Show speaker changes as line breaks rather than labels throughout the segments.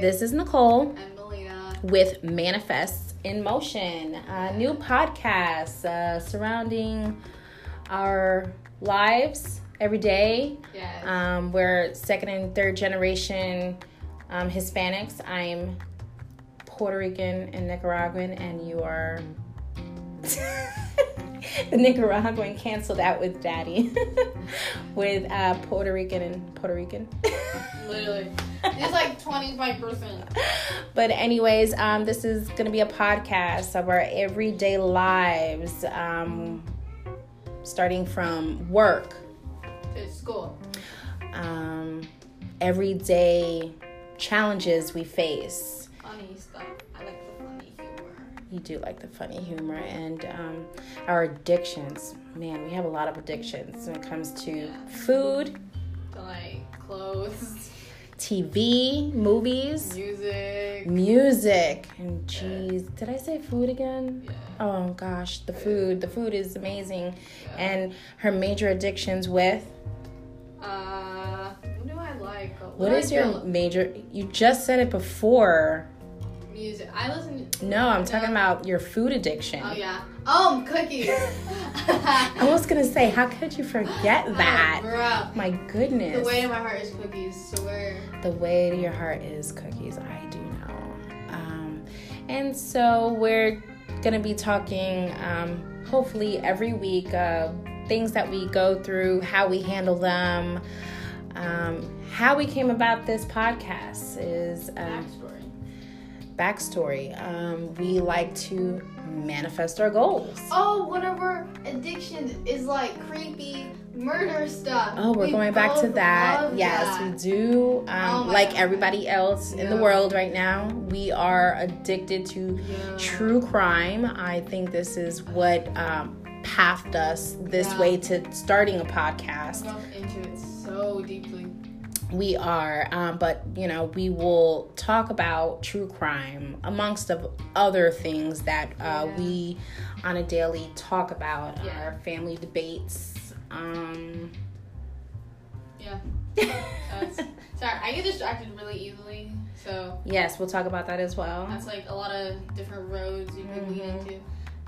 This is Nicole
and Melina.
with Manifest in Motion, a new podcast uh, surrounding our lives every day.
Yes.
Um, we're second and third generation um, Hispanics. I'm Puerto Rican and Nicaraguan, and you are. the Nicaraguan canceled out with daddy, with uh, Puerto Rican and Puerto Rican. Uh,
Literally. It's like 25%.
But anyways, um, this is gonna be a podcast of our everyday lives, um, starting from work,
It's school.
um, everyday challenges we face.
Funny stuff. I like the funny humor.
You do like the funny humor and um, our addictions. Man, we have a lot of addictions when it comes to food,
The, like clothes,
TV, movies,
music.
music, and jeez, did I say food again?
Yeah.
Oh gosh, the food. The food is amazing. And her major addictions with
Uh, what do I like?
what is your major you just said it before.
music? I listen. To,
No, I'm talking
No.
about your food addiction.
oh yeah. Um, cookies.
I was gonna say, how could you forget that?
Bruh.
My goodness.
The way to my heart is cookies. Swear.
The way to your heart is cookies, I do know. Um, and so we're gonna be talking um, hopefully every week uh, things that we go through, how we handle them. Um, how we came about this podcast is a
Backstory.
backstory. Um, we like to manifest our goals.
Oh, one of our addictions is like creepy murder stuff.
Oh, we're
We
going back to
both
that.
love
Yes,
that.
we do. Um,
Oh my
like
God.
everybody else in the
Yeah.
world right now, we are addicted to true crime. I think this is what um, pathed us this
Yeah.
way to starting a podcast.
Delve into it so deeply.
We are, um, but you know, we will talk about true crime amongst of other things that uh,
Yeah.
we on a daily talk about
Yeah.
our family debates. Um,
Yeah. That's, sorry, I get distracted really easily. So
yes, we'll talk about that as well.
that's like a lot of different roads you could lead
Mhm.
into.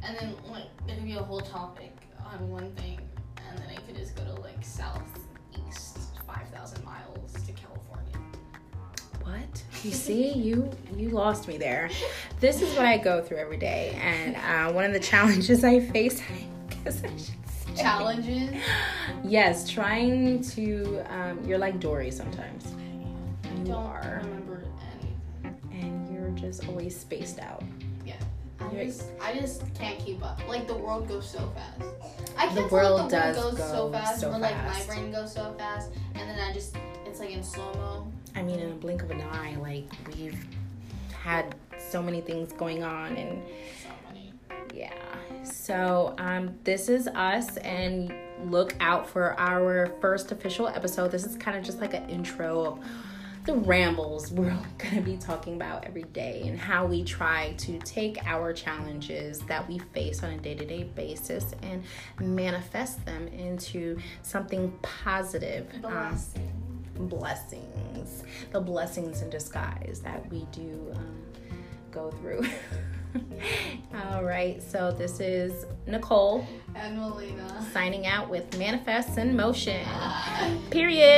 And then like there could be a whole topic on one thing and then I could just go to like southeast five thousand miles to California.
What? You see, you you lost me there. This is what I go through every day, and uh, one of the challenges I face, I guess I should say,
Challenges.
Yes, trying to. Um, you're like Dory sometimes,
I
You
don't
are.
remember anything.
and you're just always spaced out.
I
You're-
just, I just can't keep up. Like the world goes so fast. I
The
can't
world
tell if the
does
world goes
go
so fast,
so
or like
fast.
my brain goes so fast, and then I just, it's like in slow mo.
I mean, in a blink of an eye, like we've had so many things going on, and
So many.
Yeah. So um, this is us, and look out for our first official episode. This is kind of just like an intro of the rambles we're going to be talking about every day and how we try to take our challenges that we face on a day to day basis and manifest them into something positive. um,
Blessing.
blessings, the blessings in disguise that we do um, go through. All right, so this is Nicole
And Melina.
signing out with Manifests in Motion. Period.